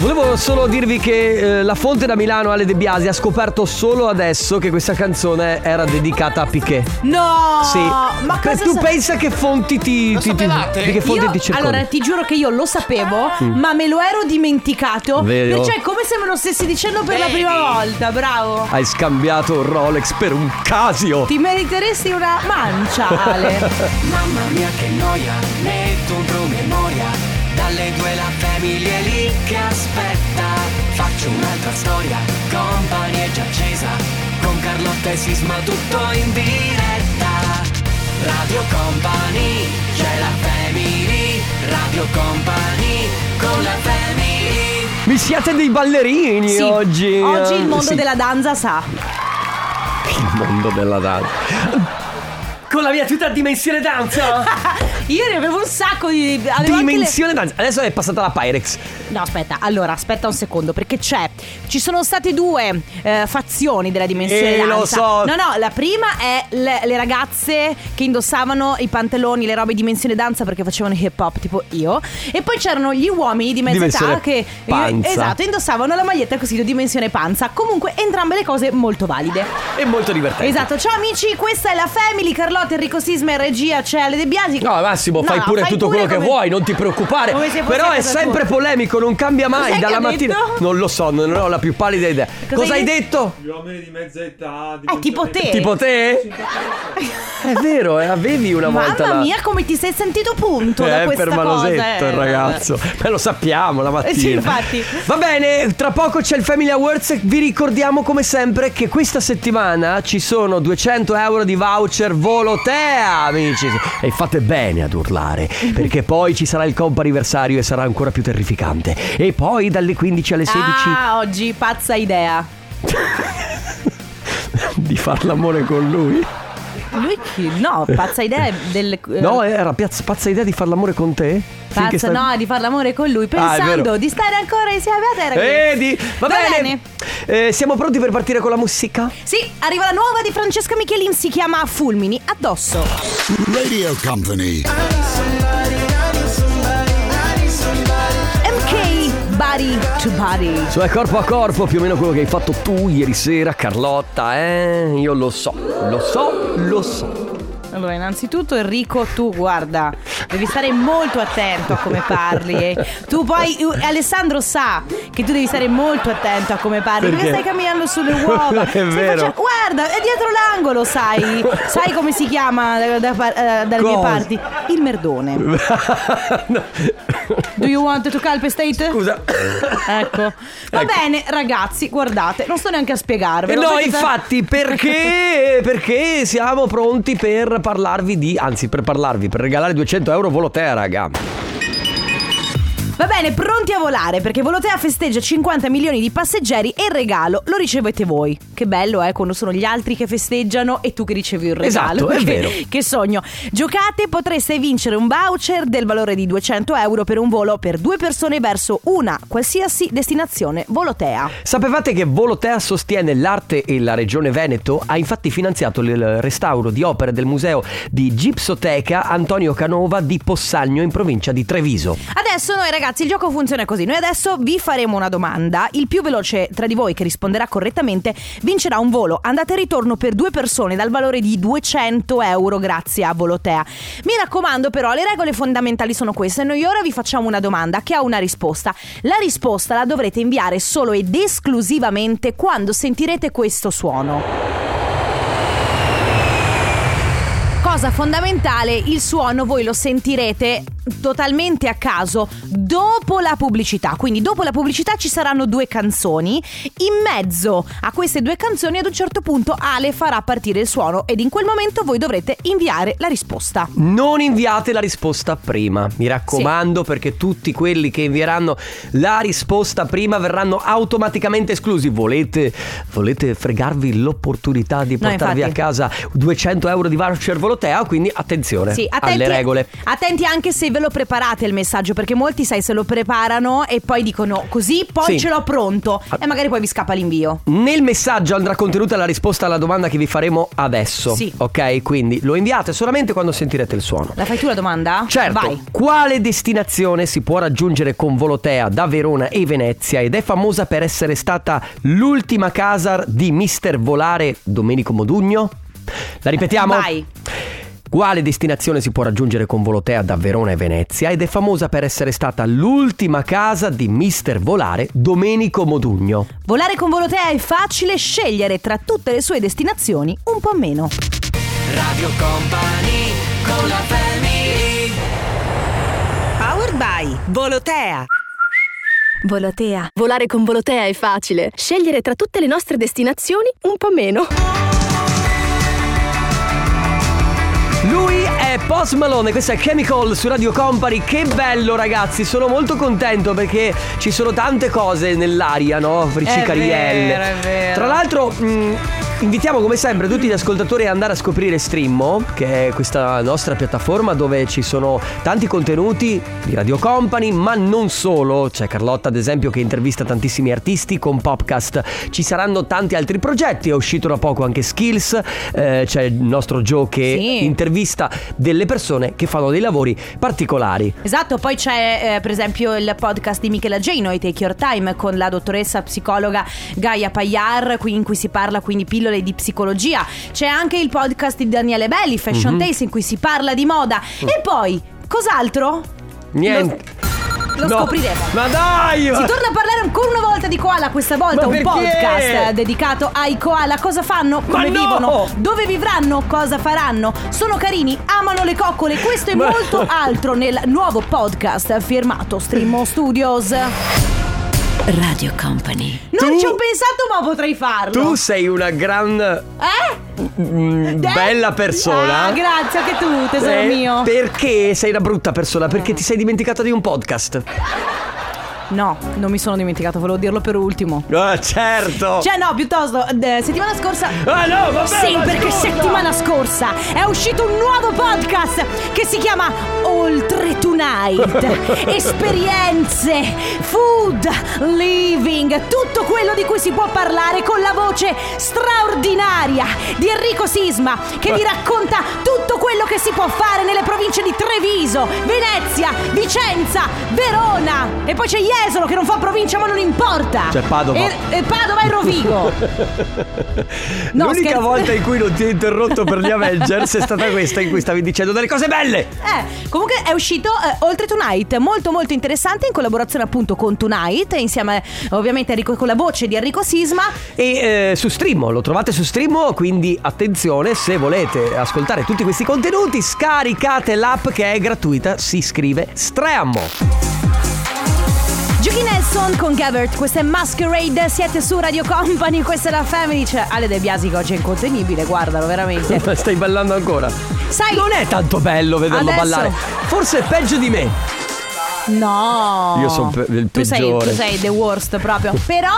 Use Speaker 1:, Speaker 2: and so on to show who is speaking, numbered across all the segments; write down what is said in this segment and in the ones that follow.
Speaker 1: volevo solo dirvi che eh, la fonte da Milano, Ale De Biasi, ha scoperto solo adesso che questa canzone era dedicata a Piquet.
Speaker 2: No!
Speaker 1: Sì.
Speaker 2: Ma
Speaker 1: Che
Speaker 2: cosa
Speaker 1: tu
Speaker 2: sa-
Speaker 1: pensa che fonti ti. ti, ti
Speaker 3: sapevate?
Speaker 1: di che fonti
Speaker 2: Io-
Speaker 1: ti cerconi?
Speaker 2: allora ti giuro che io lo sapevo, ma me lo ero dimenticato.
Speaker 1: Vero.
Speaker 2: Cioè, è come se me lo stessi dicendo per la
Speaker 3: Vedi?
Speaker 2: prima volta, bravo.
Speaker 1: Hai scambiato un Rolex per un Casio.
Speaker 2: Ti meriteresti una mancia, Ale.
Speaker 4: Mamma mia che noia, metto un promemoria Dalle due la famiglia è lì che aspetta Faccio un'altra storia, company è già accesa Con Carlotta e Sisma tutto in diretta Radio Company, c'è la family Radio Company, con la family
Speaker 1: Mi siete dei ballerini
Speaker 2: Sì.
Speaker 1: oggi. eh?
Speaker 2: Oggi il mondo
Speaker 1: Sì,
Speaker 2: della danza sa.
Speaker 1: il mondo della danza. Con la mia tutta dimensione danza.
Speaker 2: Io ne avevo un sacco di. avevo anche le-
Speaker 1: dimensione danza. Adesso è passata la Pyrex.
Speaker 2: No, aspetta, allora aspetta un secondo, perché c'è. Ci sono state due eh, fazioni della dimensione
Speaker 1: Eh,
Speaker 2: danza.
Speaker 1: lo so.
Speaker 2: No, no, la prima è le, le ragazze che indossavano i pantaloni, le robe dimensione danza perché facevano hip hop, tipo io. E poi c'erano gli uomini di mezza età
Speaker 1: Dimensione
Speaker 2: che
Speaker 1: panza.
Speaker 2: esatto, indossavano la maglietta così dimensione panza. Comunque entrambe le cose molto valide.
Speaker 1: È molto divertente.
Speaker 2: Esatto, ciao amici, questa è la Family, Carlotta, Enrico Sisma e regia, c'è Ale De Biasi.
Speaker 1: No, Massimo,
Speaker 2: No,
Speaker 1: fai
Speaker 2: no,
Speaker 1: pure
Speaker 2: fai
Speaker 1: tutto
Speaker 2: pure
Speaker 1: quello
Speaker 2: come-
Speaker 1: che vuoi, non ti preoccupare.
Speaker 2: Come se fosse
Speaker 1: Però è
Speaker 2: cosa
Speaker 1: sempre
Speaker 2: tua.
Speaker 1: polemico, non cambia mai
Speaker 2: Cos'hai che
Speaker 1: dalla
Speaker 2: ha
Speaker 1: mattina.
Speaker 2: detto?
Speaker 1: Non lo so, non ho la più pallida idea. Cosa,
Speaker 2: Cos'hai
Speaker 1: hai
Speaker 2: detto?
Speaker 1: detto?
Speaker 5: Gli uomini di mezza età. di
Speaker 2: Eh, tipo te.
Speaker 1: Tipo te? È vero, eh, avevi una volta
Speaker 2: Mamma
Speaker 1: la-
Speaker 2: mia, come ti sei sentito punto da
Speaker 1: Eh,
Speaker 2: questa
Speaker 1: per
Speaker 2: cosa.
Speaker 1: Manosetto
Speaker 2: eh.
Speaker 1: il ragazzo. Ma lo sappiamo la mattina.
Speaker 2: Eh sì, infatti.
Speaker 1: Va bene, tra poco c'è il Family Awards. Vi ricordiamo come sempre che questa settimana ci sono 200 euro di voucher volotea, amici. E fate bene ad urlare, perché poi ci sarà il comp'anniversario e sarà ancora più terrificante. E poi dalle 15 alle 16
Speaker 2: Ah, oggi pazza idea. Ah.
Speaker 1: di far l'amore con lui.
Speaker 2: Lui chi? No, pazza idea è del eh,
Speaker 1: No, era piazza- pazza idea di far l'amore con te? Finché
Speaker 2: pazza
Speaker 1: stai-
Speaker 2: no, di far l'amore con lui
Speaker 1: Ah, è
Speaker 2: pensando
Speaker 1: vero. Eh.
Speaker 2: di stare ancora insieme a te, ragazzi.
Speaker 1: Vedi, va,
Speaker 2: Va
Speaker 1: bene. Eh, siamo pronti per partire con la musica?
Speaker 2: Sì, arriva la nuova di Francesca Michelin, si chiama Fulmini addosso.
Speaker 6: Radio Company.
Speaker 2: MK Body to Body.
Speaker 1: Cioè corpo a corpo, più o meno quello che hai fatto tu ieri sera, Carlotta, eh? Io lo so, lo so, lo so.
Speaker 2: Allora, innanzitutto Enrico, tu guarda, devi stare molto attento a come parli. eh. Tu poi eh, Alessandro sa che tu devi stare molto attento a come parli, perché,
Speaker 1: Perché?
Speaker 2: stai camminando sulle uova.
Speaker 1: È
Speaker 2: Stai
Speaker 1: vero.
Speaker 2: guarda, è dietro l'angolo, sai. Sai come si chiama da- da par- eh, dalle mie
Speaker 1: Cosa?
Speaker 2: parti? Il merdone. Do you want to calpestate?
Speaker 1: Scusa.
Speaker 2: Ecco. Va bene, ragazzi, guardate, non sto neanche a
Speaker 1: E
Speaker 2: spiegarvelo.
Speaker 1: Eh, no,
Speaker 2: Sapete-
Speaker 1: infatti, perché? Perché siamo pronti per parlarvi di, anzi, per parlarvi, per regalare 200 euro volotea, raga.
Speaker 2: Va bene, pronti a volare perché Volotea festeggia 50 milioni di passeggeri e il regalo lo ricevete voi. Che bello, eh, quando sono gli altri che festeggiano e tu che ricevi il
Speaker 1: Esatto,
Speaker 2: regalo.
Speaker 1: è
Speaker 2: che,
Speaker 1: vero.
Speaker 2: Che sogno. Giocate, potreste vincere un voucher del valore di 200 euro per un volo per due persone verso una qualsiasi destinazione Volotea.
Speaker 1: Sapevate che Volotea sostiene l'arte e la regione Veneto ha infatti finanziato il restauro di opere del museo di Gipsoteca Antonio Canova di Possagno in provincia di Treviso.
Speaker 2: Adesso noi ragazzi il gioco funziona così. Noi adesso vi faremo una domanda. Il più veloce tra di voi che risponderà correttamente vincerà un volo andata e ritorno per due persone dal valore di 200 euro grazie a Volotea. Mi raccomando però le regole fondamentali sono queste. Noi ora vi facciamo una domanda che ha una risposta. La risposta la dovrete inviare solo ed esclusivamente quando sentirete questo suono. Cosa fondamentale, il suono voi lo sentirete totalmente a caso dopo la pubblicità. Quindi dopo la pubblicità ci saranno due canzoni. In mezzo a queste due canzoni ad un certo punto Ale farà partire il suono ed in quel momento voi dovrete inviare la risposta.
Speaker 1: Non inviate la risposta prima, mi raccomando, perché tutti quelli che invieranno la risposta prima verranno automaticamente esclusi. Volete, volete fregarvi l'opportunità di
Speaker 2: No,
Speaker 1: portarvi
Speaker 2: infatti.
Speaker 1: a casa 200 euro di voucher volotea? Quindi attenzione
Speaker 2: Sì, attenti-
Speaker 1: alle regole.
Speaker 2: Attenti anche se ve lo preparate il messaggio perché molti, sai, se lo preparano e poi dicono così, poi
Speaker 1: Sì. Ah.
Speaker 2: ce l'ho pronto e magari poi vi scappa l'invio.
Speaker 1: Nel messaggio andrà contenuta la risposta alla domanda che vi faremo adesso.
Speaker 2: Sì.
Speaker 1: Ok, quindi lo inviate solamente quando sentirete il suono.
Speaker 2: La fai tu la domanda?
Speaker 1: Certo,
Speaker 2: Vai.
Speaker 1: quale destinazione si può raggiungere con Volotea da Verona e Venezia ed è famosa per essere stata l'ultima casa di mister volare Domenico Modugno? La ripetiamo?
Speaker 2: Vai.
Speaker 1: Quale destinazione si può raggiungere con Volotea da Verona e Venezia ed è famosa per essere stata l'ultima casa di mister volare Domenico Modugno?
Speaker 2: Volare con Volotea è facile scegliere tra tutte le sue destinazioni un po' meno.
Speaker 4: Radio Company con la family
Speaker 2: Powered by Volotea.
Speaker 3: Volotea. Volare con Volotea è facile. Scegliere tra tutte le nostre destinazioni un po' meno.
Speaker 1: Lui è Post Malone, questo è Chemical su Radio Company. Che bello, ragazzi! Sono molto contento perché ci sono tante cose nell'aria, no? Fricicarielle.
Speaker 2: vero, è vero.
Speaker 1: Tra l'altro. mh, Invitiamo come sempre tutti gli ascoltatori ad andare a scoprire Streammo, che è questa nostra piattaforma dove ci sono tanti contenuti di Radio Company, ma non solo. C'è Carlotta, ad esempio, che intervista tantissimi artisti con podcast. Ci saranno tanti altri progetti. È uscito da poco anche Skills. eh, c'è il nostro Joe che
Speaker 2: Sì.
Speaker 1: intervista delle persone che fanno dei lavori particolari.
Speaker 2: Esatto, poi c'è eh, per esempio il podcast di Michela Geno, I Take Your Time, con la dottoressa psicologa Gaia Pagliar, qui- in cui si parla quindi pillole di psicologia. C'è anche il podcast di Daniele Belli, Fashion Taste, in cui si parla di moda. E poi, cos'altro?
Speaker 1: Niente.
Speaker 2: Lo
Speaker 1: No.
Speaker 2: scopriremo.
Speaker 1: Ma dai!
Speaker 2: Si torna a parlare ancora una volta di koala, questa volta
Speaker 1: Ma
Speaker 2: un
Speaker 1: perché?
Speaker 2: podcast eh, dedicato ai koala. Cosa fanno? Come
Speaker 1: no!
Speaker 2: vivono? Dove vivranno? Cosa faranno? Sono carini, amano le coccole. Questo e
Speaker 1: Ma-
Speaker 2: molto altro nel nuovo podcast firmato Streamo Studios.
Speaker 3: Radio Company.
Speaker 2: Non
Speaker 1: Tu-
Speaker 2: ci ho pensato, ma potrei farlo.
Speaker 1: tu sei una gran
Speaker 2: eh?
Speaker 1: mm,
Speaker 2: Eh?
Speaker 1: bella persona.
Speaker 2: Ah, grazie anche tu, tesoro
Speaker 1: Eh,
Speaker 2: mio. Eh.
Speaker 1: Perché sei una brutta persona? Perché ti sei dimenticata di un podcast?
Speaker 2: No, non mi sono dimenticato, volevo dirlo per ultimo.
Speaker 1: Ah, certo!
Speaker 2: Cioè, no, piuttosto, eh, settimana scorsa
Speaker 1: Ah no, vabbè!
Speaker 2: Sì,
Speaker 1: ma
Speaker 2: perché
Speaker 1: scusa!
Speaker 2: settimana scorsa è uscito un nuovo podcast che si chiama Oltre Tonight. Esperienze, food, living, tutto quello di cui si può parlare con la voce straordinaria di Enrico Sisma che vi racconta tutto quello che si può fare nelle province di Treviso, Venezia, Vicenza, Verona e poi c'è Jesolo che non fa provincia ma non importa.
Speaker 1: C'è Padova.
Speaker 2: E, e Padova e Rovigo. No,
Speaker 1: L'unica
Speaker 2: scherzo.
Speaker 1: volta in cui non ti ho interrotto per gli Avengers è stata questa in cui stavi dicendo delle cose belle!
Speaker 2: Eh, comunque è uscito eh, Oltre Tonight, molto molto interessante in collaborazione appunto con Tonight, insieme eh, ovviamente a Enrico- con la voce di Enrico Sisma.
Speaker 1: E eh, su Streamo, lo trovate su Streamo, quindi attenzione se volete ascoltare tutti questi contenuti, scaricate l'app che è gratuita, si scrive Streamo.
Speaker 2: Giochi Nelson con Gavert, questa è Masquerade, siete su Radio Company, questa è la Family, c'è Ale De Biasi che oggi è incontenibile, guardalo veramente.
Speaker 1: Stai ballando ancora?
Speaker 2: Sai,
Speaker 1: Non è tanto bello vederlo
Speaker 2: Adesso-
Speaker 1: ballare, forse è peggio di me.
Speaker 2: No,
Speaker 1: Io son pe- il
Speaker 2: tu sei,
Speaker 1: peggiore.
Speaker 2: tu sei the worst proprio. Però,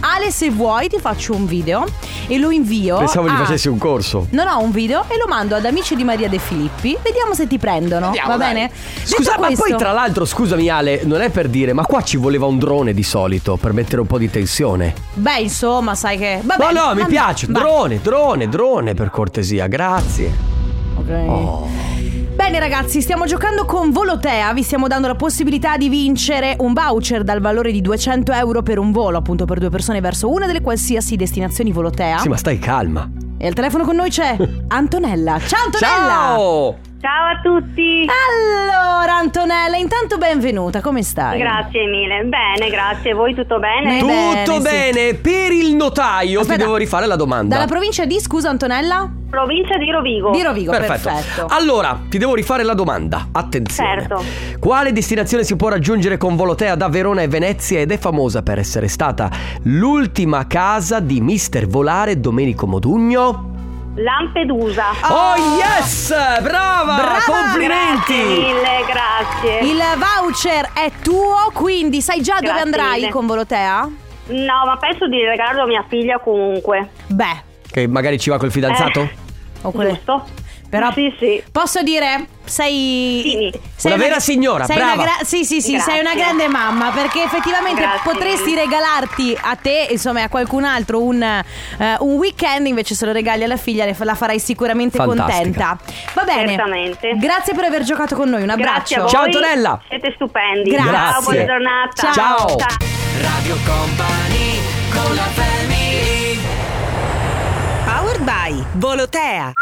Speaker 2: Ale, se vuoi, ti faccio un video e lo invio.
Speaker 1: Pensavo gli
Speaker 2: a-
Speaker 1: facessi un corso.
Speaker 2: Non ho un video e lo mando ad amici di Maria De Filippi. Vediamo se ti prendono. va bene?
Speaker 1: Scusa,
Speaker 2: Detto
Speaker 1: ma
Speaker 2: questo-
Speaker 1: poi tra l'altro, scusami Ale, non è per dire, ma qua ci voleva un drone di solito per mettere un po' di tensione.
Speaker 2: Beh, insomma, sai che. Vabbè,
Speaker 1: No, no, mi
Speaker 2: vabbè,
Speaker 1: piace.
Speaker 2: va-
Speaker 1: Drone, drone, drone, per cortesia, grazie.
Speaker 2: Ok.
Speaker 1: Oh.
Speaker 2: Bene ragazzi, stiamo giocando con Volotea, vi stiamo dando la possibilità di vincere un voucher dal valore di 200 euro per un volo appunto per due persone verso una delle qualsiasi destinazioni Volotea.
Speaker 1: Sì, ma stai calma.
Speaker 2: E al telefono con noi c'è Antonella. Ciao Antonella!
Speaker 1: Ciao!
Speaker 5: Ciao a tutti.
Speaker 2: Allora Antonella, intanto benvenuta, come stai?
Speaker 5: Grazie mille. Bene, grazie. Voi tutto bene?
Speaker 2: Eh,
Speaker 1: Tutto
Speaker 2: bene, sì.
Speaker 1: bene, per il notaio ti
Speaker 2: Aspetta.
Speaker 1: devo rifare la domanda.
Speaker 2: Dalla provincia di, scusa Antonella?
Speaker 5: Provincia di Rovigo.
Speaker 2: Di Rovigo, perfetto.
Speaker 1: Allora, ti devo rifare la domanda. Attenzione.
Speaker 5: Certo.
Speaker 1: Quale destinazione si può raggiungere con Volotea da Verona e Venezia ed è famosa per essere stata l'ultima casa di mister volare Domenico Modugno?
Speaker 5: Lampedusa.
Speaker 1: Oh, yes! Brava!
Speaker 2: Brava!
Speaker 5: Grazie
Speaker 1: Complimenti!
Speaker 5: mille, grazie.
Speaker 2: Il voucher è tuo, quindi sai già dove
Speaker 5: Grazie
Speaker 2: andrai
Speaker 5: mille.
Speaker 2: con Volotea?
Speaker 5: No, ma penso di regalarlo a mia figlia comunque.
Speaker 2: Beh,
Speaker 1: Che magari ci va col fidanzato?
Speaker 5: Eh,
Speaker 2: o quelle...
Speaker 5: Giusto?
Speaker 2: Oh, Però
Speaker 5: Sì, sì.
Speaker 2: posso dire, sei,
Speaker 5: Sì.
Speaker 1: Una vera signora,
Speaker 2: sei
Speaker 1: brava.
Speaker 2: Una gra- sì, sì, sì, sei una
Speaker 5: Grazie.
Speaker 2: grande mamma perché effettivamente
Speaker 5: Grazie.
Speaker 2: potresti regalarti a te, insomma, e a qualcun altro un, eh, un weekend, invece se lo regali alla figlia le- la farai sicuramente
Speaker 1: Fantastica.
Speaker 2: contenta. Va bene.
Speaker 5: Certamente.
Speaker 2: Grazie per aver giocato con noi, un abbraccio.
Speaker 5: Grazie a voi.
Speaker 1: Ciao, Antonella.
Speaker 5: Siete stupendi.
Speaker 2: Grazie.
Speaker 5: Ciao, buona
Speaker 1: Ciao.
Speaker 5: giornata. Ciao.
Speaker 4: Radio Company con la family
Speaker 7: Powered by Volotea.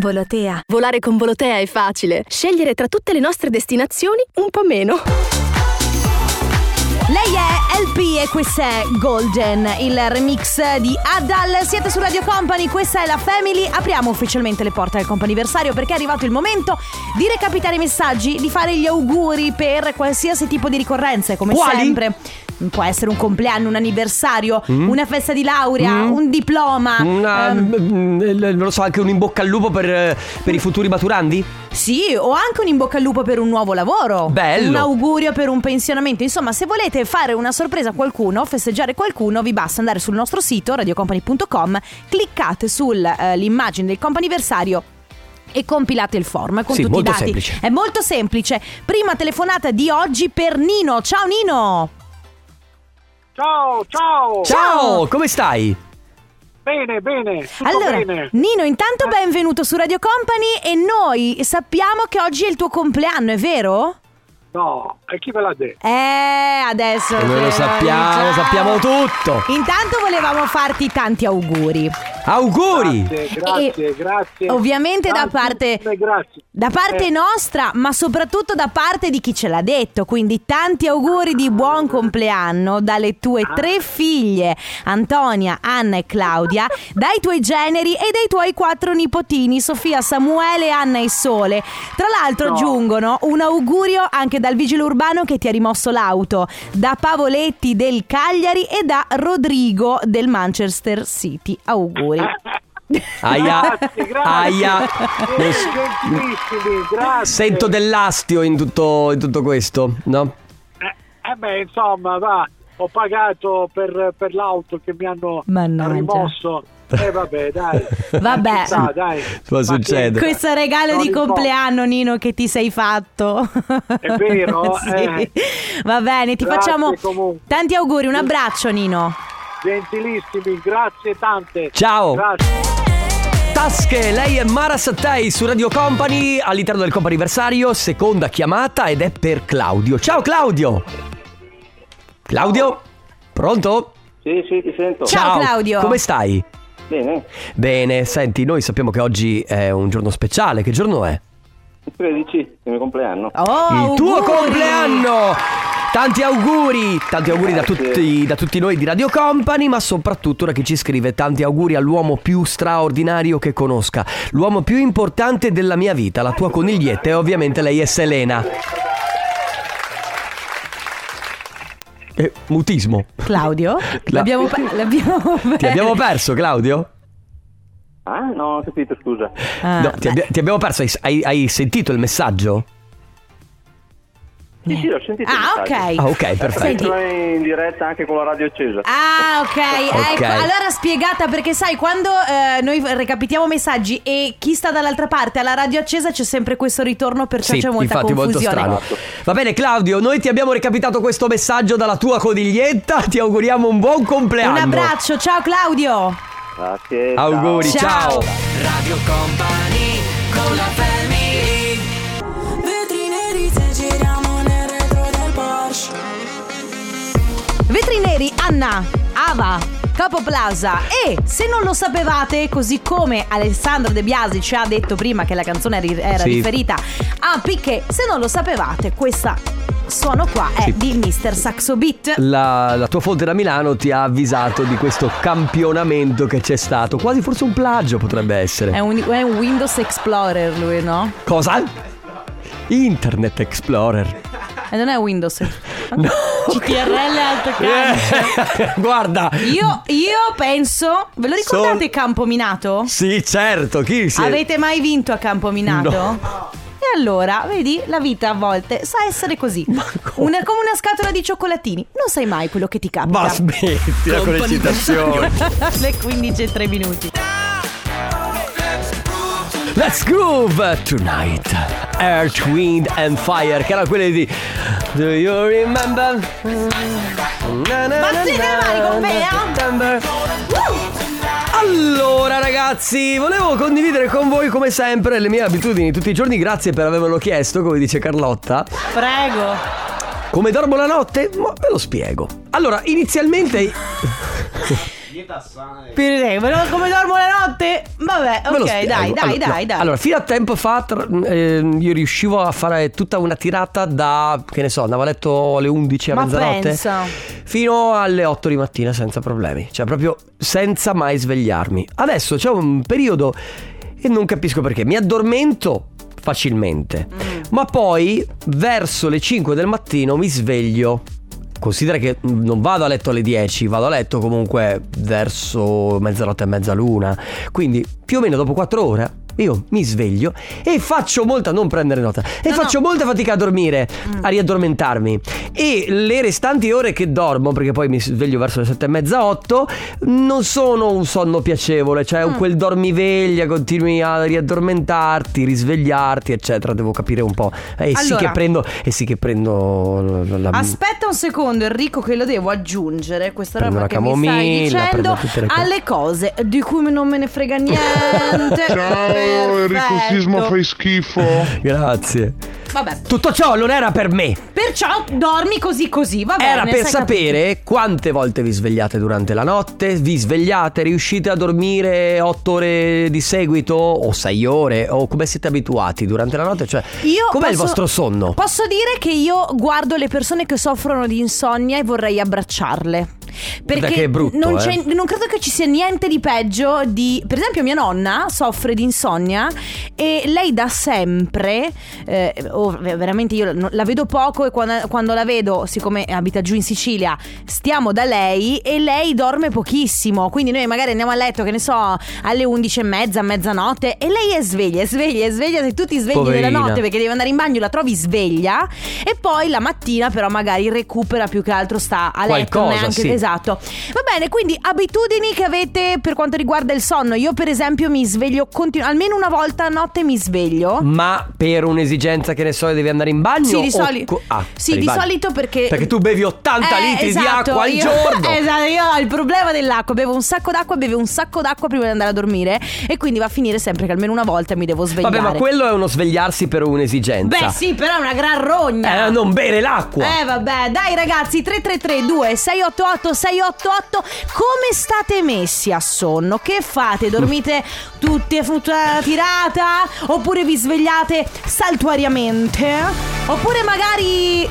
Speaker 3: Volotea. Volare con Volotea è facile. Scegliere tra tutte le nostre destinazioni un po' meno.
Speaker 2: Lei è LP e questo è Golden, il remix di Adal. Siete su Radio Company, questa è la Family. Apriamo ufficialmente le porte al comp'anniversario perché è arrivato il momento di recapitare i messaggi, di fare gli auguri per qualsiasi tipo di ricorrenze, come
Speaker 1: Quali?
Speaker 2: sempre. Può essere un compleanno, un anniversario, una festa di laurea, un diploma.
Speaker 1: Mm. Una,
Speaker 2: ehm,
Speaker 1: mm, eh, non lo so, anche un in bocca al lupo per, eh, per i futuri maturandi?
Speaker 2: Sì, o anche un in bocca al lupo per un nuovo lavoro.
Speaker 1: Bello.
Speaker 2: Un augurio per un pensionamento. Insomma, se volete fare una sorpresa a qualcuno, festeggiare qualcuno, vi basta andare sul nostro sito radiocompany.com, cliccate sull'immagine del companiversario. E compilate il form con
Speaker 1: Sì,
Speaker 2: tutti
Speaker 1: molto
Speaker 2: i dati.
Speaker 1: semplice.
Speaker 2: È molto semplice. Prima telefonata di oggi per Nino. Ciao Nino!
Speaker 8: Ciao, ciao!
Speaker 1: Ciao, come stai?
Speaker 8: Bene, bene, tutto
Speaker 2: allora,
Speaker 8: bene.
Speaker 2: Nino, intanto benvenuto su Radio Company e noi sappiamo che oggi è il tuo compleanno, è vero?
Speaker 8: No, e chi ve l'ha detto?
Speaker 2: Eh, adesso
Speaker 1: Noi
Speaker 2: te
Speaker 1: lo sappiamo,
Speaker 2: diciamo.
Speaker 1: sappiamo tutto.
Speaker 2: Intanto volevamo farti tanti auguri.
Speaker 1: Auguri!
Speaker 8: Grazie, grazie,
Speaker 2: E-
Speaker 8: grazie.
Speaker 2: Ovviamente da
Speaker 8: Grazie,
Speaker 2: parte
Speaker 8: mille Grazie.
Speaker 2: da parte
Speaker 8: Eh,
Speaker 2: nostra, ma soprattutto da parte di chi ce l'ha detto. Quindi tanti auguri di buon compleanno dalle tue
Speaker 8: Ah.
Speaker 2: tre figlie, Antonia, Anna e Claudia, dai tuoi generi e dai tuoi quattro nipotini, Sofia, Samuele, Anna e Sole. Tra l'altro
Speaker 8: No.
Speaker 2: aggiungono un augurio anche dal vigile urbano che ti ha rimosso l'auto, da Pavoletti del Cagliari e da Rodrigo del Manchester City. Auguri.
Speaker 8: Ah,
Speaker 1: Aia,
Speaker 8: Grazie, grazie.
Speaker 1: aia.
Speaker 8: Siete gentilissimi, grazie.
Speaker 1: Sento dell'astio in tutto, in tutto questo, no?
Speaker 8: Eh, eh beh, insomma, va. Ho pagato per, per l'auto che mi hanno
Speaker 2: Mannaggia.
Speaker 8: rimosso. E eh, vabbè, dai.
Speaker 2: Vabbè.
Speaker 8: Ci sta, dai.
Speaker 1: Può
Speaker 8: Ma
Speaker 1: succedere.
Speaker 8: che-
Speaker 2: Questo regalo
Speaker 8: Non
Speaker 2: di
Speaker 8: importa.
Speaker 2: compleanno, Nino, che ti sei fatto.
Speaker 8: È vero?
Speaker 2: Sì.
Speaker 8: Eh.
Speaker 2: Va bene, ti
Speaker 8: Grazie
Speaker 2: facciamo
Speaker 8: comunque.
Speaker 2: tanti auguri, un abbraccio, Nino.
Speaker 8: Gentilissimi, grazie tante.
Speaker 1: Ciao.
Speaker 8: Grazie.
Speaker 1: Tasche, lei è Mara Sattei su Radio Company all'interno del comp'anniversario, seconda chiamata ed è per Claudio. Ciao Claudio! Claudio? Pronto?
Speaker 9: Sì, sì, ti sento.
Speaker 2: Ciao, Claudio.
Speaker 1: Come stai?
Speaker 9: Bene.
Speaker 1: Bene, senti, noi sappiamo che oggi è un giorno speciale, che giorno è?
Speaker 9: Il 13 è il mio compleanno.
Speaker 2: Oh,
Speaker 1: Il tuo
Speaker 2: auguri.
Speaker 1: compleanno! Tanti auguri! Tanti auguri da
Speaker 9: Grazie.
Speaker 1: tutti, da tutti noi di Radio Company, ma soprattutto da chi ci scrive tanti auguri all'uomo più straordinario che conosca, l'uomo più importante della mia vita, la tua coniglietta e ovviamente lei è Selena. Eh, mutismo.
Speaker 2: Claudio,
Speaker 1: Cla-
Speaker 2: l'abbiamo, pe- l'abbiamo perso.
Speaker 1: Ti abbiamo perso Claudio?
Speaker 9: Ah, no, non ho capito, scusa.
Speaker 2: Ah,
Speaker 1: no, ti,
Speaker 2: beh.
Speaker 1: abbia- ti abbiamo perso, Hai- hai- hai sentito il messaggio?
Speaker 9: Sì, sì, l'ho sentito. il
Speaker 2: Ah,
Speaker 9: messaggio.
Speaker 2: ok.
Speaker 1: Ah, ok, perfetto.
Speaker 2: Senti,
Speaker 9: Sono in diretta anche con la radio accesa.
Speaker 2: Ah, ok.
Speaker 1: Ok.
Speaker 2: Ecco, allora spiegata perché sai, quando eh, noi recapitiamo messaggi e chi sta dall'altra parte alla radio accesa c'è sempre questo ritorno, perciò c'è molta
Speaker 1: infatti
Speaker 2: confusione.
Speaker 1: molto strano. Va bene Claudio, noi ti abbiamo recapitato questo messaggio dalla tua coniglietta, ti auguriamo un buon compleanno.
Speaker 2: Un abbraccio, ciao Claudio.
Speaker 9: Grazie. ciao.
Speaker 1: Auguri, ciao.
Speaker 2: Ciao.
Speaker 4: Radio Company con la family Vetrine grigie giriamo nel retro del Porsche
Speaker 2: Vetri neri, Anna, Ava, Capo Plaza e se non lo sapevate, così come Alessandro De Biasi ci ha detto prima che la canzone ri- era
Speaker 1: Sì.
Speaker 2: riferita a Piquet, se non lo sapevate, questa suono qua è
Speaker 1: Sì.
Speaker 2: di Mr. Saxo Beat.
Speaker 1: La, la tua fonte da Milano ti ha avvisato di questo campionamento che c'è stato, quasi forse un plagio potrebbe essere.
Speaker 2: È un, è un Windows Explorer lui, no?
Speaker 1: Cosa? Internet Explorer.
Speaker 2: E non è Windows No CTRL alto calcio
Speaker 1: Eh, Guarda.
Speaker 2: io, io penso Ve lo ricordate
Speaker 1: Sol-
Speaker 2: Campominato?
Speaker 1: Sì, certo, chi si è-
Speaker 2: Avete mai vinto a Campominato?
Speaker 1: No.
Speaker 2: E allora, vedi, la vita a volte sa essere così Una- Come una scatola di cioccolatini Non sai mai quello che ti capita
Speaker 1: Ma smettila con le citazioni.
Speaker 2: Le 15 e 3 minuti
Speaker 1: Let's groove tonight. Earth, Wind and Fire, che era quella di Do you remember?
Speaker 2: Battete le mani con me, eh?
Speaker 1: September. Allora ragazzi, volevo condividere con voi come sempre le mie abitudini tutti i giorni, grazie per avermelo chiesto, come dice Carlotta.
Speaker 2: Prego.
Speaker 1: Come dormo la notte? Ma ve lo spiego. Allora, inizialmente
Speaker 2: Prego, come dormo la notte? Vabbè,
Speaker 1: Ve lo
Speaker 2: ok, dai,
Speaker 1: spiego.
Speaker 2: dai,
Speaker 1: Allora,
Speaker 2: dai,
Speaker 1: no.
Speaker 2: dai.
Speaker 1: Allora, fino a tempo fa tr- ehm, io riuscivo a fare tutta una tirata da, che ne so, andavo a letto alle 11 a
Speaker 2: Ma
Speaker 1: mezzanotte.
Speaker 2: pensa.
Speaker 1: Fino alle 8 di mattina senza problemi. Cioè, proprio senza mai svegliarmi. Adesso c'è un periodo e non capisco perché. Mi addormento facilmente.
Speaker 2: Mm.
Speaker 1: Ma poi, verso le 5 del mattino, mi sveglio. Considera che non vado a letto alle 10, vado a letto comunque verso mezzanotte e mezzaluna. Quindi più o meno dopo 4 ore io mi sveglio e faccio molta, non prendere nota, e
Speaker 2: No, Mm.
Speaker 1: faccio molta fatica a dormire, a riaddormentarmi. E le restanti ore che dormo, perché poi mi sveglio verso le 7 e mezza, 8, non sono un sonno piacevole, cioè quel dormiveglia, continui a riaddormentarti, risvegliarti, eccetera. Devo capire un po'. Eh, E sì
Speaker 2: Allora.
Speaker 1: che prendo, e sì che prendo la- la,
Speaker 2: Aspetta un secondo, Enrico, che lo devo aggiungere. Questa
Speaker 1: Prendo
Speaker 2: roba
Speaker 1: la
Speaker 2: che mi stai
Speaker 1: camomilla, prendo
Speaker 2: dicendo
Speaker 1: tutte le cose.
Speaker 2: alle cose di cui non me ne frega niente. Perfetto.
Speaker 10: schifo.
Speaker 1: Grazie.
Speaker 2: Vabbè.
Speaker 1: Tutto ciò non era per me.
Speaker 2: Perciò dormi così così, va bene.
Speaker 1: Era per
Speaker 2: sai capito.
Speaker 1: sapere quante volte vi svegliate durante la notte, vi svegliate, riuscite a dormire 8 ore di seguito o 6 ore o come siete abituati durante la notte, cioè
Speaker 2: Io
Speaker 1: com'è il
Speaker 2: posso-
Speaker 1: vostro sonno?
Speaker 2: Posso dire che io guardo le persone che soffrono di insonnia e vorrei abbracciarle. Perché
Speaker 1: Guarda che è brutto,
Speaker 2: non,
Speaker 1: eh.
Speaker 2: c'è- non credo che ci sia niente di peggio di... Per esempio mia nonna soffre di insonnia e lei da sempre, eh, oh, ve- veramente io no- la vedo poco e quando, quando la vedo, siccome abita giù in Sicilia, stiamo da lei e lei dorme pochissimo. Quindi noi magari andiamo a letto, che ne so, alle 11 e mezza, mezzanotte e lei è sveglia, è sveglia, è sveglia, se tu ti svegli
Speaker 1: Poverina.
Speaker 2: della notte perché devi andare in bagno, la trovi sveglia e poi la mattina però magari recupera più che altro sta a letto,
Speaker 1: Qualcosa,
Speaker 2: neanche
Speaker 1: sì.
Speaker 2: esatto. Va bene, quindi abitudini che avete per quanto riguarda il sonno. Io per esempio mi sveglio continu- almeno una volta a notte mi sveglio.
Speaker 1: Ma per un'esigenza che ne so, devi andare in bagno?
Speaker 2: Sì, di,
Speaker 1: o
Speaker 2: soli-
Speaker 1: co- ah,
Speaker 2: sì,
Speaker 1: per il
Speaker 2: di
Speaker 1: bagno.
Speaker 2: solito perché...
Speaker 1: Perché tu bevi 80
Speaker 2: Eh,
Speaker 1: litri di
Speaker 2: esatto,
Speaker 1: acqua al
Speaker 2: io-
Speaker 1: giorno.
Speaker 2: Esatto, io ho il problema dell'acqua, bevo un sacco d'acqua, bevo un sacco d'acqua prima di andare a dormire e quindi va a finire sempre che almeno una volta mi devo svegliare.
Speaker 1: Vabbè, ma quello è uno svegliarsi per un'esigenza.
Speaker 2: Beh sì, però è una gran rogna.
Speaker 1: Eh, non bere l'acqua.
Speaker 2: Eh vabbè, dai ragazzi, 3332 688 688 come state messi a sonno? Che fate? Dormite tutti a frutta tirata? Oppure vi svegliate saltuariamente? Oppure magari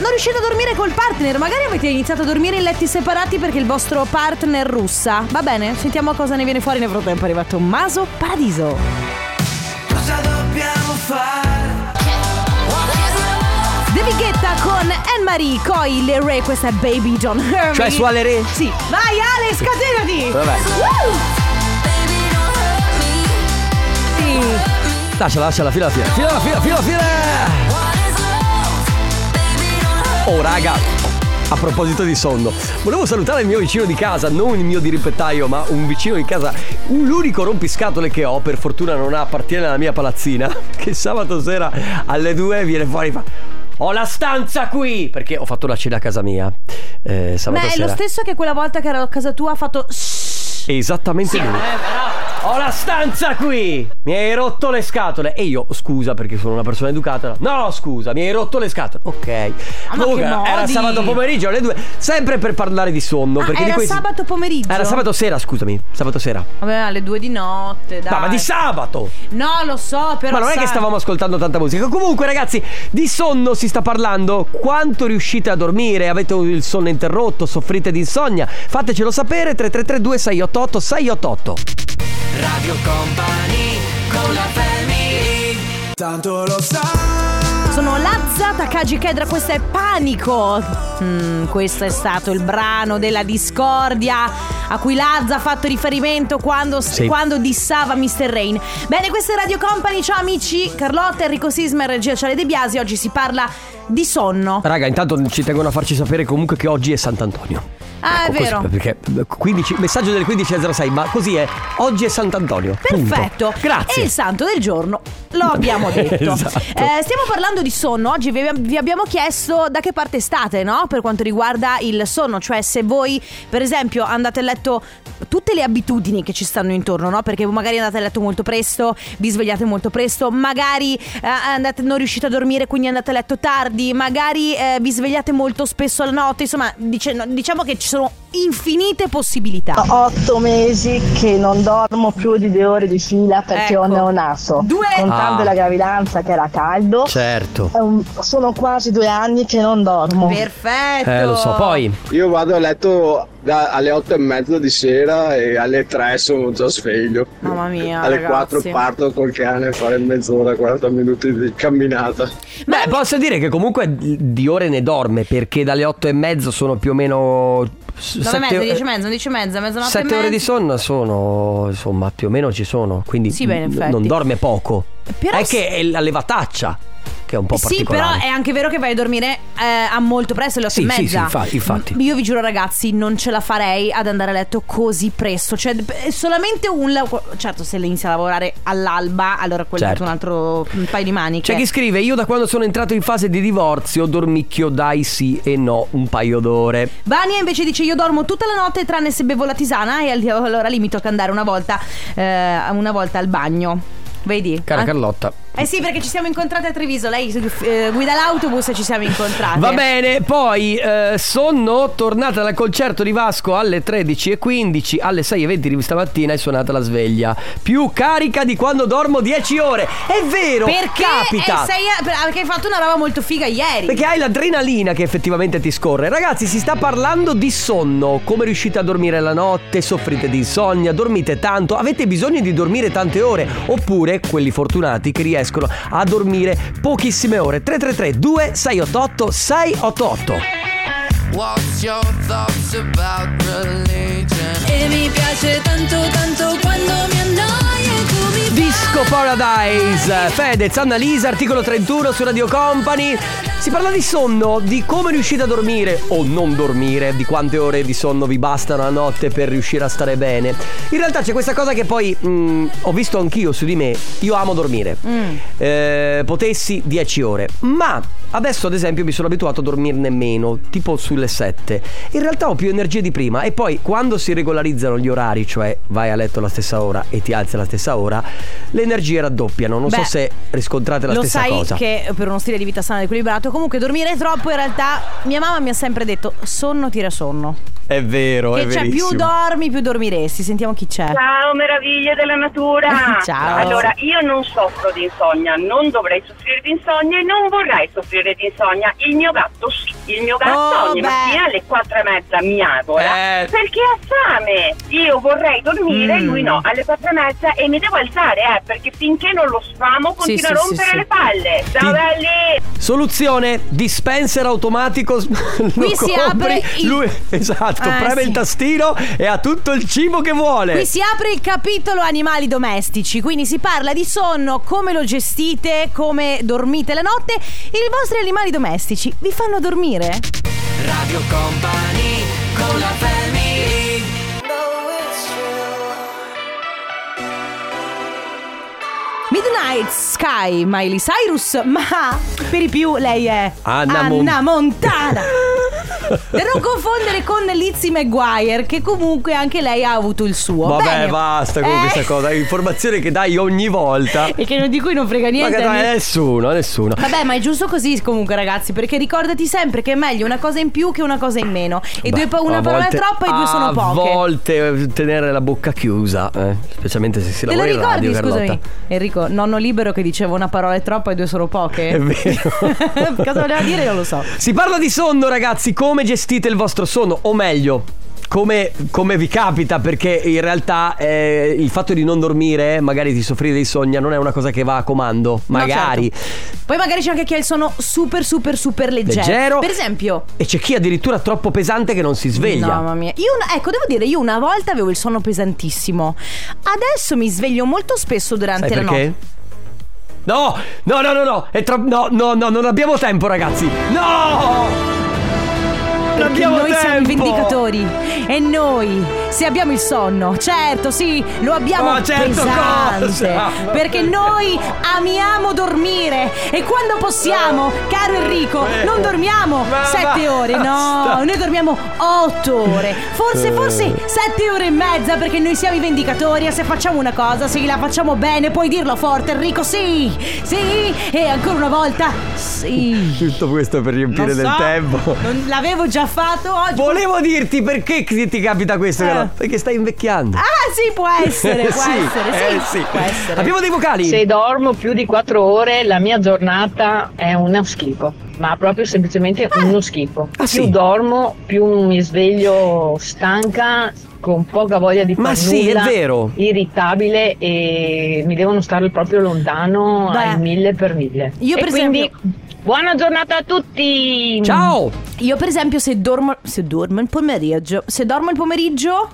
Speaker 2: non riuscite a dormire col partner? Magari avete iniziato a dormire in letti separati perché il vostro partner russa. Va bene, sentiamo cosa ne viene fuori nel frattempo. Arriva Tommaso Paradiso. The Vighetta con Anne-Marie Coy, le re, questa è Baby John Hermy.
Speaker 1: Cioè, su alle re?
Speaker 2: Sì. Vai Ale, scatenati!
Speaker 1: Vabbè.
Speaker 2: Woo! Sì.
Speaker 1: Lasciala, lasciala, fila alla fine. Fila alla fine, fila alla fine. Oh, raga. A proposito di sonno, volevo salutare il mio vicino di casa, non il mio diripettaio, ma un vicino di casa, un- l'unico rompiscatole che ho, per fortuna non appartiene alla mia palazzina, che sabato sera alle 2 viene fuori e fa "Ho la stanza qui!" perché ho fatto la cena a casa mia. Eh, sabato
Speaker 2: Ma è
Speaker 1: sera.
Speaker 2: lo stesso che quella volta che ero a casa tua ha fatto...
Speaker 1: Esattamente lui. Eh, Ho la stanza qui! Mi hai rotto le scatole! E io, scusa perché sono una persona educata. No, scusa, mi hai rotto le scatole. Ok.
Speaker 2: Ah, ma
Speaker 1: Comunque,
Speaker 2: che modi!
Speaker 1: era sabato pomeriggio alle due. Sempre per parlare di sonno.
Speaker 2: Ah,
Speaker 1: perché di
Speaker 2: era
Speaker 1: questi-
Speaker 2: sabato pomeriggio.
Speaker 1: Era sabato sera, scusami. Sabato sera.
Speaker 2: Vabbè, alle due di notte, dai.
Speaker 1: Ma, ma di sabato!
Speaker 2: No, lo so, però.
Speaker 1: ma non è
Speaker 2: sai-
Speaker 1: che stavamo ascoltando tanta musica. Comunque, ragazzi, di sonno si sta parlando. Quanto riuscite a dormire? Avete il sonno interrotto? Soffrite di insonnia? Fatecelo sapere 3332 688 688.
Speaker 2: Sono Lazza Takagi Kedra, questo è Panico. Mm, questo è stato il brano della discordia. a cui Lazza ha fatto riferimento quando,
Speaker 1: Sì.
Speaker 2: quando dissava Mr. Rain. Bene, questa è Radio Company, ciao amici, Carlotta, Enrico Sisma e regia Ciale De Biasi, oggi si parla di sonno.
Speaker 1: Raga, intanto ci tengono a farci sapere comunque che oggi è Sant'Antonio.
Speaker 2: Ah, è
Speaker 1: Ecco, così,
Speaker 2: vero.
Speaker 1: perché 15 messaggio delle 15.06, ma così è. Oggi è Sant'Antonio. punto.
Speaker 2: Perfetto.
Speaker 1: Grazie.
Speaker 2: E il santo del giorno lo abbiamo detto.
Speaker 1: Esatto.
Speaker 2: Eh, stiamo parlando di sonno. Oggi vi, vi abbiamo chiesto da che parte state, no? Per quanto riguarda il sonno, cioè se voi, per esempio, andate a letto tutte le abitudini che ci stanno intorno, no? Perché magari andate a letto molto presto, vi svegliate molto presto, magari eh, andate- non riuscite a dormire, quindi andate a letto tardi, magari eh, vi svegliate molto spesso la notte, insomma, dice- diciamo che ci sono infinite possibilità.
Speaker 11: Otto mesi che non dormo più di due ore di fila perché ho neonato.
Speaker 2: Ecco. Due.
Speaker 11: Contando
Speaker 1: Ah.
Speaker 11: la gravidanza che era caldo.
Speaker 1: Certo.
Speaker 11: È un- sono quasi due anni che non dormo.
Speaker 2: Perfetto.
Speaker 1: Eh, lo so, poi.
Speaker 12: Io vado a letto da- alle 8 e mezza di sera e alle 3 sono già sveglio.
Speaker 2: Mamma mia,
Speaker 12: alle
Speaker 2: ragazzi.
Speaker 12: 4 parto col cane a fare mezz'ora, 40 minuti di camminata.
Speaker 1: Beh, posso dire che comunque di ore ne dorme, perché dalle 8 e mezzo sono più o meno.
Speaker 2: Dove e
Speaker 1: 7
Speaker 2: mezza, 10 e mezza, 11 e mezza, mezzanotte e mezza.
Speaker 1: ore di sonno sono, insomma, più o meno ci sono. Quindi
Speaker 2: Sì, beh, in
Speaker 1: n-
Speaker 2: effetti.
Speaker 1: non dorme poco.
Speaker 2: Però
Speaker 1: è
Speaker 2: s-
Speaker 1: che è la levataccia, che è un po'
Speaker 2: Sì, però
Speaker 1: particolare.
Speaker 2: è anche vero che vai a dormire eh, a molto presto, alle 8
Speaker 1: Sì,
Speaker 2: e
Speaker 1: sì, sì,
Speaker 2: mezza.
Speaker 1: infa- infatti.
Speaker 2: M- Io vi giuro, ragazzi, non ce la farei ad andare a letto così presto. Cioè, d- solamente un. lau- Certo, se lei inizia a lavorare all'alba, allora quello
Speaker 1: Certo.
Speaker 2: è un altro un paio di maniche.
Speaker 1: C'è chi scrive: Io da quando sono entrato in fase di divorzio dormicchio dai sì e no un paio d'ore.
Speaker 2: Vania invece dice io dormo tutta la notte tranne se bevo la tisana e al- allora lì mi tocca andare una volta, eh, una volta al bagno. Vedi?
Speaker 1: Cara
Speaker 2: An-
Speaker 1: Carlotta.
Speaker 2: Eh sì, perché ci siamo incontrate a Treviso. Lei eh, guida l'autobus e ci siamo incontrate.
Speaker 1: Va bene, poi eh, sonno, tornata dal concerto di Vasco alle 13.15, alle 6.20 di stamattina è suonata la sveglia. Più carica di quando dormo 10 ore. È vero,
Speaker 2: Perché,
Speaker 1: capita.
Speaker 2: eh, sei a- per- perché hai fatto una roba molto figa ieri.
Speaker 1: Perché hai l'adrenalina che effettivamente ti scorre. Ragazzi, si sta parlando di sonno. Come riuscite a dormire la notte? Soffrite di insonnia? Dormite tanto? Avete bisogno di dormire tante ore? Oppure quelli fortunati che riescono a dormire pochissime ore? 333 2688 688
Speaker 13: What's your thoughts about religion?
Speaker 14: E mi piace tanto tanto quando mi annoio tu mi
Speaker 1: Disco Paradise, Fedez, Annalisa, articolo 31 su Radio Company. Si parla di sonno, di come riuscite a dormire o non dormire, di quante ore di sonno vi bastano a notte per riuscire a stare bene. In realtà c'è questa cosa che poi mh, ho visto anch'io su di me, io amo dormire.
Speaker 2: Mm.
Speaker 1: Eh, potessi 10 ore, ma adesso ad esempio mi sono abituato a dormirne meno, tipo sulle 7. In realtà ho più energie di prima e poi quando si regolarizzano gli orari, cioè vai a letto alla stessa ora e ti alzi alla stessa ora, le energie raddoppiano. Non so
Speaker 2: Beh,
Speaker 1: se riscontrate la
Speaker 2: Lo
Speaker 1: stessa
Speaker 2: sai
Speaker 1: cosa.
Speaker 2: che per uno stile di vita sano ed equilibrato, comunque dormire troppo in realtà mia mamma mi ha sempre detto sonno tira sonno.
Speaker 1: È vero,
Speaker 2: che cioè più dormi più dormiresti. Sentiamo chi c'è.
Speaker 5: Ciao meraviglie della natura!
Speaker 2: Ciao.
Speaker 5: Allora, io non soffro di insonnia, non dovrei soffrire di insonnia e non vorrei soffrire di insonnia. Il mio gatto sì, il mio gatto
Speaker 15: Oh,
Speaker 5: ogni
Speaker 15: beh.
Speaker 5: mattina alle quattro e mezza mi agola
Speaker 15: Eh.
Speaker 5: perché ha fame. Io vorrei dormire,
Speaker 15: Mm.
Speaker 5: lui no, alle quattro e mezza e mi devo alzare, eh, perché finché non lo sfamo
Speaker 1: Sì,
Speaker 5: continua
Speaker 1: sì,
Speaker 5: a
Speaker 1: sì,
Speaker 5: rompere
Speaker 1: sì.
Speaker 5: le palle. Ciao
Speaker 1: Ti-
Speaker 5: belli!
Speaker 1: Soluzione, dispenser automatico. Qui
Speaker 2: si apre il-
Speaker 1: Lui, esatto,
Speaker 2: Ah,
Speaker 1: preme
Speaker 2: sì.
Speaker 1: il tastino e ha tutto il cibo che vuole.
Speaker 2: Qui si apre il capitolo animali domestici, quindi si parla di sonno, come lo gestite, come dormite la notte. I vostri animali domestici vi fanno dormire?
Speaker 4: Radio Company con la family
Speaker 2: Midnight Sky, Miley Cyrus, ma per i più lei è
Speaker 1: Anna Mon-
Speaker 2: Montana. Per non confondere con Lizzie McGuire, che comunque anche lei ha avuto il suo.
Speaker 1: Vabbè,
Speaker 2: Bene.
Speaker 1: basta con
Speaker 2: Eh,
Speaker 1: questa cosa. È Informazione che dai ogni volta.
Speaker 2: E che non- di cui non frega
Speaker 1: Ma
Speaker 2: niente.
Speaker 1: che dai, eh. nessuno, nessuno.
Speaker 2: Vabbè, ma è giusto così comunque, ragazzi, perché ricordati sempre che è meglio una cosa in più che una cosa in meno. E due pa- una
Speaker 1: A
Speaker 2: parola è
Speaker 1: volte-
Speaker 2: troppa e due sono
Speaker 1: A
Speaker 2: poche.
Speaker 1: volte eh, tenere la bocca chiusa, eh, specialmente se si
Speaker 2: Te lo
Speaker 1: lavora in
Speaker 2: ricordi,
Speaker 1: radio,
Speaker 2: scusami,
Speaker 1: Carlotta.
Speaker 2: Enrico, nonno libero che diceva una parola è troppa e due sono poche?
Speaker 1: È vero.
Speaker 2: Cosa voleva dire? Non lo so.
Speaker 1: Si parla di sonno, ragazzi. Come gestite il vostro sonno? O meglio, come, come vi capita, perché in realtà eh, il fatto di non dormire, magari di soffrire di sogna, non è una cosa che va a comando. Magari.
Speaker 2: certo. Poi magari c'è anche chi ha il sonno super, super, super leggero.
Speaker 1: Leggero.
Speaker 2: Cioè, Per esempio.
Speaker 1: E c'è chi addirittura troppo pesante che non si sveglia.
Speaker 2: No, mamma mia. Io, una- ecco, devo dire, io una volta avevo il sonno pesantissimo. Adesso mi sveglio molto spesso durante
Speaker 1: Sai
Speaker 2: la
Speaker 1: perché?
Speaker 2: notte.
Speaker 1: No, no, no, no, no, è tro- no, no, no, non abbiamo tempo ragazzi. No! Non
Speaker 2: Perché
Speaker 1: abbiamo
Speaker 2: noi siamo i
Speaker 1: tempo!
Speaker 2: vendicatori e noi se abbiamo il sonno, certo sì, lo abbiamo
Speaker 1: Ma certo
Speaker 2: pesante
Speaker 1: cosa!
Speaker 2: perché noi amiamo dormire e quando possiamo, caro Enrico, non dormiamo
Speaker 1: Eh, Ma
Speaker 2: 7 ore, no,
Speaker 1: basta!
Speaker 2: noi dormiamo 8 ore, forse
Speaker 1: Eh.
Speaker 2: forse 7 ore e mezza perché noi siamo i vendicatori e se facciamo una cosa, se la facciamo bene, puoi dirlo forte Enrico, sì, sì e ancora una volta sì.
Speaker 1: Tutto questo per riempire
Speaker 2: Non
Speaker 1: del
Speaker 2: so,
Speaker 1: tempo.
Speaker 2: non l'avevo già fatto oggi.
Speaker 1: Volevo dirti perché ti ti capita questo, Carlotta? Perché stai invecchiando.
Speaker 2: Ah, sì, può Eh. essere, può
Speaker 1: Sì,
Speaker 2: essere,
Speaker 1: eh,
Speaker 2: sì,
Speaker 1: sì.
Speaker 2: può essere.
Speaker 1: Abbiamo dei vocali?
Speaker 15: Se dormo più di 4 ore, la mia giornata è uno schifo, ma proprio semplicemente uno schifo.
Speaker 1: Ah,
Speaker 15: più
Speaker 1: sì?
Speaker 15: dormo, più mi sveglio stanca, con poca voglia di
Speaker 1: Ma
Speaker 15: fare
Speaker 1: sì, è
Speaker 15: nulla,
Speaker 1: vero.
Speaker 15: irritabile e mi devono stare proprio lontano al mille per mille.
Speaker 2: Io
Speaker 15: E
Speaker 2: per
Speaker 15: quindi
Speaker 2: esempio-
Speaker 15: buona giornata a tutti!
Speaker 2: Io per esempio se dormo se dormo il pomeriggio, se dormo il pomeriggio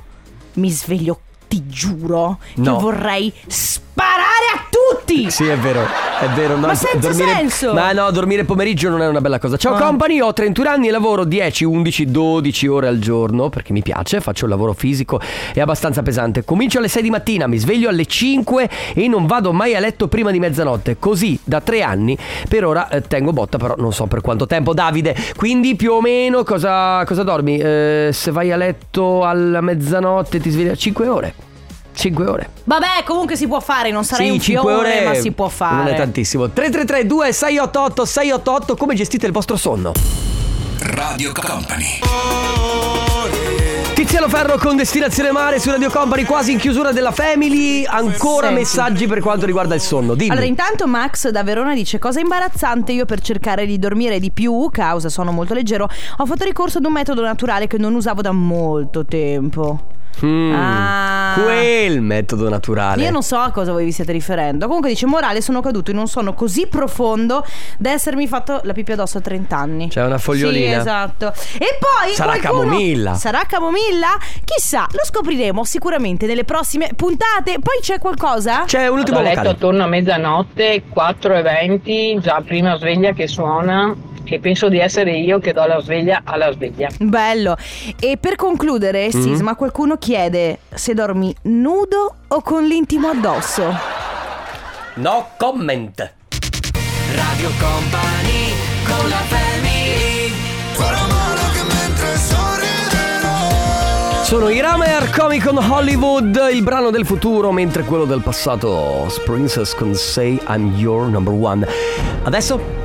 Speaker 2: mi sveglio, ti giuro,
Speaker 1: No.
Speaker 2: che vorrei sparare a tutti.
Speaker 1: Sì, è vero, è vero. No,
Speaker 2: Ma senza
Speaker 1: dormire-
Speaker 2: senso!
Speaker 1: Ma no, dormire pomeriggio non è una bella cosa. Ciao
Speaker 2: Ah.
Speaker 1: company, ho 31 anni e lavoro 10, 11, 12 ore al giorno perché mi piace, faccio un lavoro fisico e abbastanza pesante. Comincio alle 6 di mattina, mi sveglio alle 5 e non vado mai a letto prima di mezzanotte. Così da tre anni per ora eh, tengo botta, però non so per quanto tempo. Davide, quindi più o meno cosa, cosa dormi? Eh, se vai a letto alla mezzanotte ti svegli a 5 ore. 5 ore.
Speaker 2: Vabbè, comunque si può fare, non sarei un
Speaker 1: cinque
Speaker 2: fiore, ma si può fare.
Speaker 1: Non è tantissimo. 3332 688 688 come gestite il vostro sonno?
Speaker 16: Radio Company.
Speaker 1: Tiziano Ferro con destinazione mare su Radio Company quasi in chiusura della Family, ancora
Speaker 2: Senti.
Speaker 1: messaggi per quanto riguarda il sonno. Dimmi.
Speaker 2: Allora, intanto Max da Verona dice: Cosa imbarazzante, io per cercare di dormire di più, causa sono molto leggero, ho fatto ricorso ad un metodo naturale che non usavo da molto tempo.
Speaker 1: Mm,
Speaker 2: Ah.
Speaker 1: Quel metodo naturale.
Speaker 2: Io non so a cosa voi vi stiate riferendo. Comunque dice: Morale, sono caduto in un sonno così profondo da essermi fatto la pipì addosso a 30 anni.
Speaker 1: C'è Cioè, una fogliolina.
Speaker 2: Sì, esatto. E poi.
Speaker 1: Sarà
Speaker 2: qualcuno-
Speaker 1: camomilla.
Speaker 2: Sarà camomilla? Chissà, lo scopriremo sicuramente nelle prossime puntate. Poi c'è qualcosa?
Speaker 1: C'è un
Speaker 15: Vado a letto attorno a mezzanotte, 4.20, già prima sveglia che suona e penso di essere io che do la sveglia alla sveglia.
Speaker 2: Bello. E per concludere,
Speaker 1: Mm-hmm.
Speaker 15: Mm.
Speaker 2: Sisma, qualcuno chiede se dormi nudo o con l'intimo addosso.
Speaker 1: No comment. Radio Company
Speaker 4: con la family. Farò male che mentre sorriderò.
Speaker 1: Sono i Ramer Comic Con Hollywood, il brano del futuro, mentre quello del passato, Princess con Say I'm Your Number One. Adesso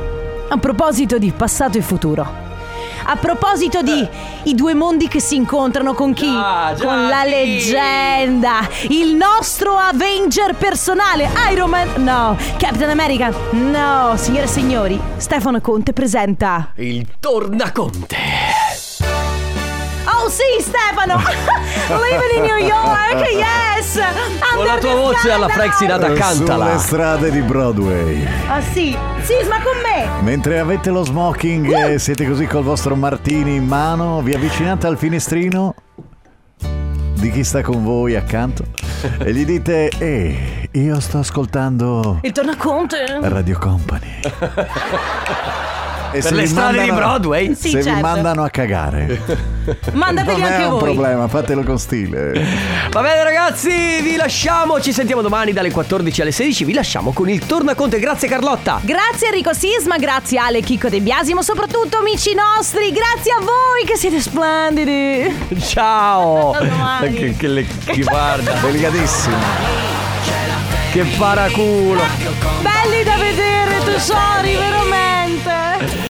Speaker 2: A proposito di passato e futuro. A proposito di i due mondi che si incontrano con chi?
Speaker 1: Ah,
Speaker 2: con la leggenda, il nostro Avenger personale, Iron Man, no, Captain America, no, signore e signori, Stefano Conte presenta...
Speaker 1: il Tornaconte.
Speaker 2: Oh sì Stefano, living in New York, yes,
Speaker 1: Con la
Speaker 2: under
Speaker 1: tua
Speaker 2: the
Speaker 1: voce alla Frexinata,
Speaker 17: Eh, Sulle
Speaker 1: cantala.
Speaker 17: strade di Broadway.
Speaker 2: Ah sì, Sisma con me!
Speaker 17: Mentre avete lo smoking
Speaker 2: Uh!
Speaker 17: e siete così col vostro martini in mano, vi avvicinate al finestrino di chi sta con voi accanto e gli dite "Eh, io sto ascoltando
Speaker 2: Il tornaconte!
Speaker 17: Radio Company".
Speaker 1: Per
Speaker 17: se
Speaker 1: le
Speaker 17: vi
Speaker 1: strade di Broadway?
Speaker 17: Se
Speaker 1: Sì, certo.
Speaker 17: vi mandano a cagare.
Speaker 2: Mandateli
Speaker 17: non
Speaker 2: anche
Speaker 17: è un
Speaker 2: voi.
Speaker 17: problema, fatelo con stile.
Speaker 1: Va bene ragazzi, vi lasciamo, ci sentiamo domani dalle 14 alle 16, vi lasciamo con il Tornaconte. Grazie Carlotta.
Speaker 2: Grazie Enrico Sisma, grazie Ale Chicco De Biasi, ma soprattutto amici nostri, grazie a voi che siete splendidi!
Speaker 1: Ciao!
Speaker 2: A domani.
Speaker 1: Che, che, le- chi guarda, delicatissimo. Che paraculo.
Speaker 2: Belli da vedere tesori, veramente!